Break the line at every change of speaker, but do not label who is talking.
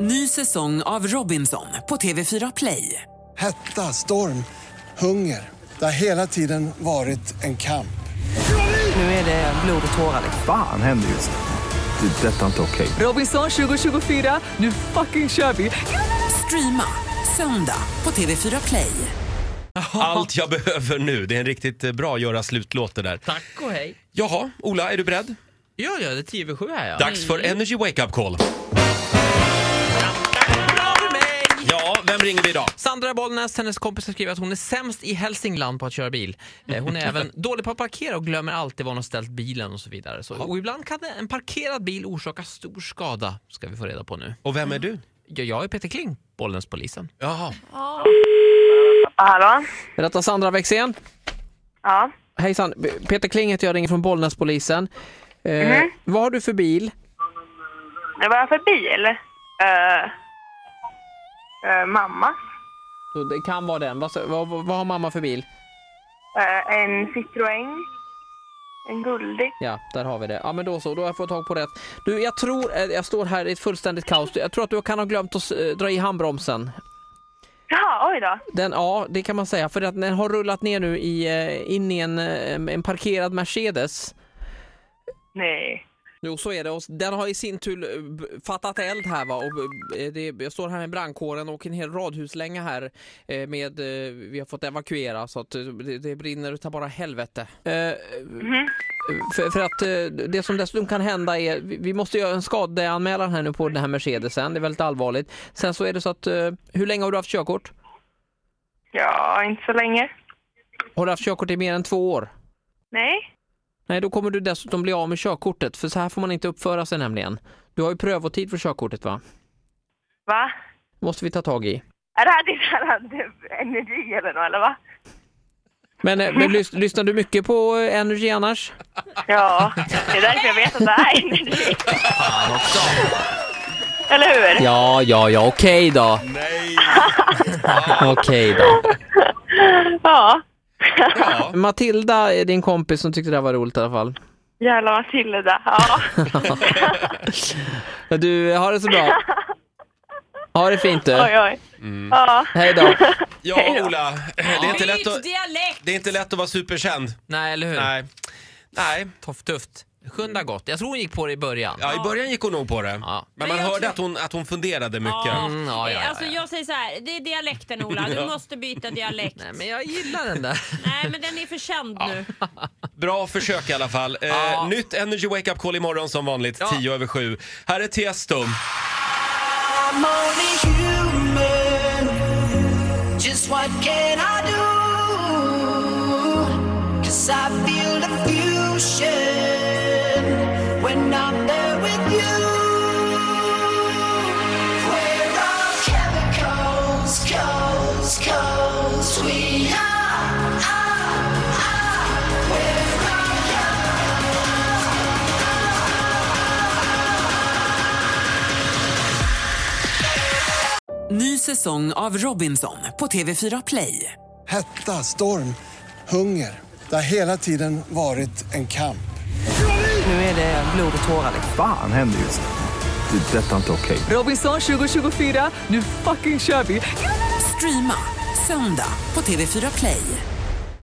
Ny säsong av Robinson på TV4 Play.
Hetta, storm, hunger. Det har hela tiden varit en kamp.
Nu är det blod och tårar.
Fan händer just nu. Det. är Detta är inte okej.
Robinson 2024, nu fucking kör vi! Streama söndag på TV4 Play.
Allt jag behöver nu. Det är en riktigt eh, bra göra slutlåt det där.
Tack och hej.
Jaha, Ola, är du beredd?
Ja, ja, det är TV7 här ja.
Dags för Energy Wake Up Call.
Bra för mig!
Ja, vem ringer vi idag?
Sandra Bollnäs, hennes kompis, har skrivit att hon är sämst i Hälsingland på att köra bil. Eh, Hon är även dålig på att parkera och glömmer alltid var hon har ställt bilen och så vidare. Så, och ibland kan en parkerad bil orsaka stor skada, ska vi få reda på nu.
Och vem är du?
Ja, jag är Peter Kling, Bollnäspolisen.
Jaha.
Hallå?
Berätta Sandra Wexén.
Ja.
Hejsan, Peter Kling heter jag, ringer från Bollnäspolisen. Eh, Vad har du för bil?
Det var för bil. Eh, eh, mamma.
Det kan vara den. Vad, har mamma för bil?
Eh, en Citroën. En guldig.
Ja, där har vi det. Ja, men då så. Då har jag fått tag på rätt. Du, jag tror... eh, Jag står här i ett fullständigt kaos. Jag tror att du kan ha glömt att eh, dra i handbromsen.
Ja, oj då.
Den, ja, det kan man säga. För att den har rullat ner nu i, eh, in i en, eh, en parkerad Mercedes.
Nej.
Jo, så är det. Och den har i sin tur eh, b- fattat eld här va. Och, eh, det, jag står här med brandkåren och en hel radhuslänga här. eh, Med, eh, vi har fått evakuera så att eh, det, det brinner utav bara helvete. Eh, För, för att eh, det som dessutom kan hända är, vi vi måste göra en skadeanmälan här nu på den här Mercedesen. Det är väldigt allvarligt. Sen så är det så att, eh, hur länge har du haft körkort?
Ja, inte så länge.
Har du haft körkort i mer än två år?
Nej.
Nej, då kommer du dessutom bli av med körkortet, för så här får man inte uppföra sig nämligen. Du har ju prövotid för körkortet va?
Va?
måste vi ta tag i.
Är det här din här energi eller något, eller va?
Men, eh, men lys, lyssnar du mycket på eh, Energy annars?
Ja, det är därför jag vet att det är energi. Eller hur?
Ja, ja, ja, okej då. Nej! okej då.
Ja.
Ja.
Matilda är din kompis som tyckte det här var roligt i alla fall.
Jävla Matilda. Ja.
Du, har det så bra. Ha det fint du.
Oj, oj. Ja.
Hej då.
Ja, Ola. Eh, Det är inte lätt att,
dialekt!
det är inte lätt att vara superkänd.
Nej, eller hur?
Nej. Nej,
Tufft. Sjunda gott. Jag tror hon gick på det i början.
ja, i början gick hon nog på det.
Ja.
Men
Men
man
jag
hörde
tror-
att hon, att hon funderade
Ja.
mycket.
Mm, ja, ja, ja,
Alltså
ja.
jag säger så här, det är dialekten Ola, du måste byta dialekt. Nej men,
Men jag gillar den där.
den är för känd nu.
Bra försök i alla fall. Eh,
Ja.
Nytt Energy Wake Up Call imorgon som vanligt, 10 över 7. Här är Tiesto.
Just what can I do? Cause I feel the fusion when I'm there with you. We're all chemicals, codes, codes. We are, are, are. We're all
Ny säsong av Robinson på TV4 Play.
Hetta, storm, hunger. Det har hela tiden varit en kamp.
Nu är det blod och tårar.
Fan händer just nu. Det. är Detta är inte okej.
Robinson 2024, nu fucking kör vi! Streama söndag på TV4 Play.